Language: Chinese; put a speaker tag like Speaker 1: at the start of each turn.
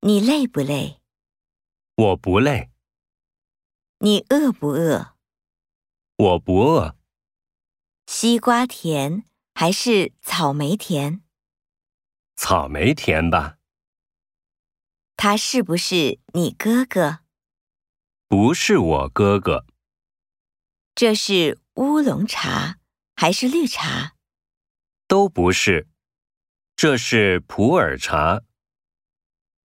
Speaker 1: 你累不累？
Speaker 2: 我不累，
Speaker 1: 你饿不饿？
Speaker 2: 我不饿，
Speaker 1: 西瓜甜还是草莓甜？
Speaker 2: 草莓甜吧？
Speaker 1: 他是不是你哥哥？
Speaker 2: 不是我哥哥，
Speaker 1: 这是乌龙茶还是绿茶？
Speaker 2: 都不是。这是普洱茶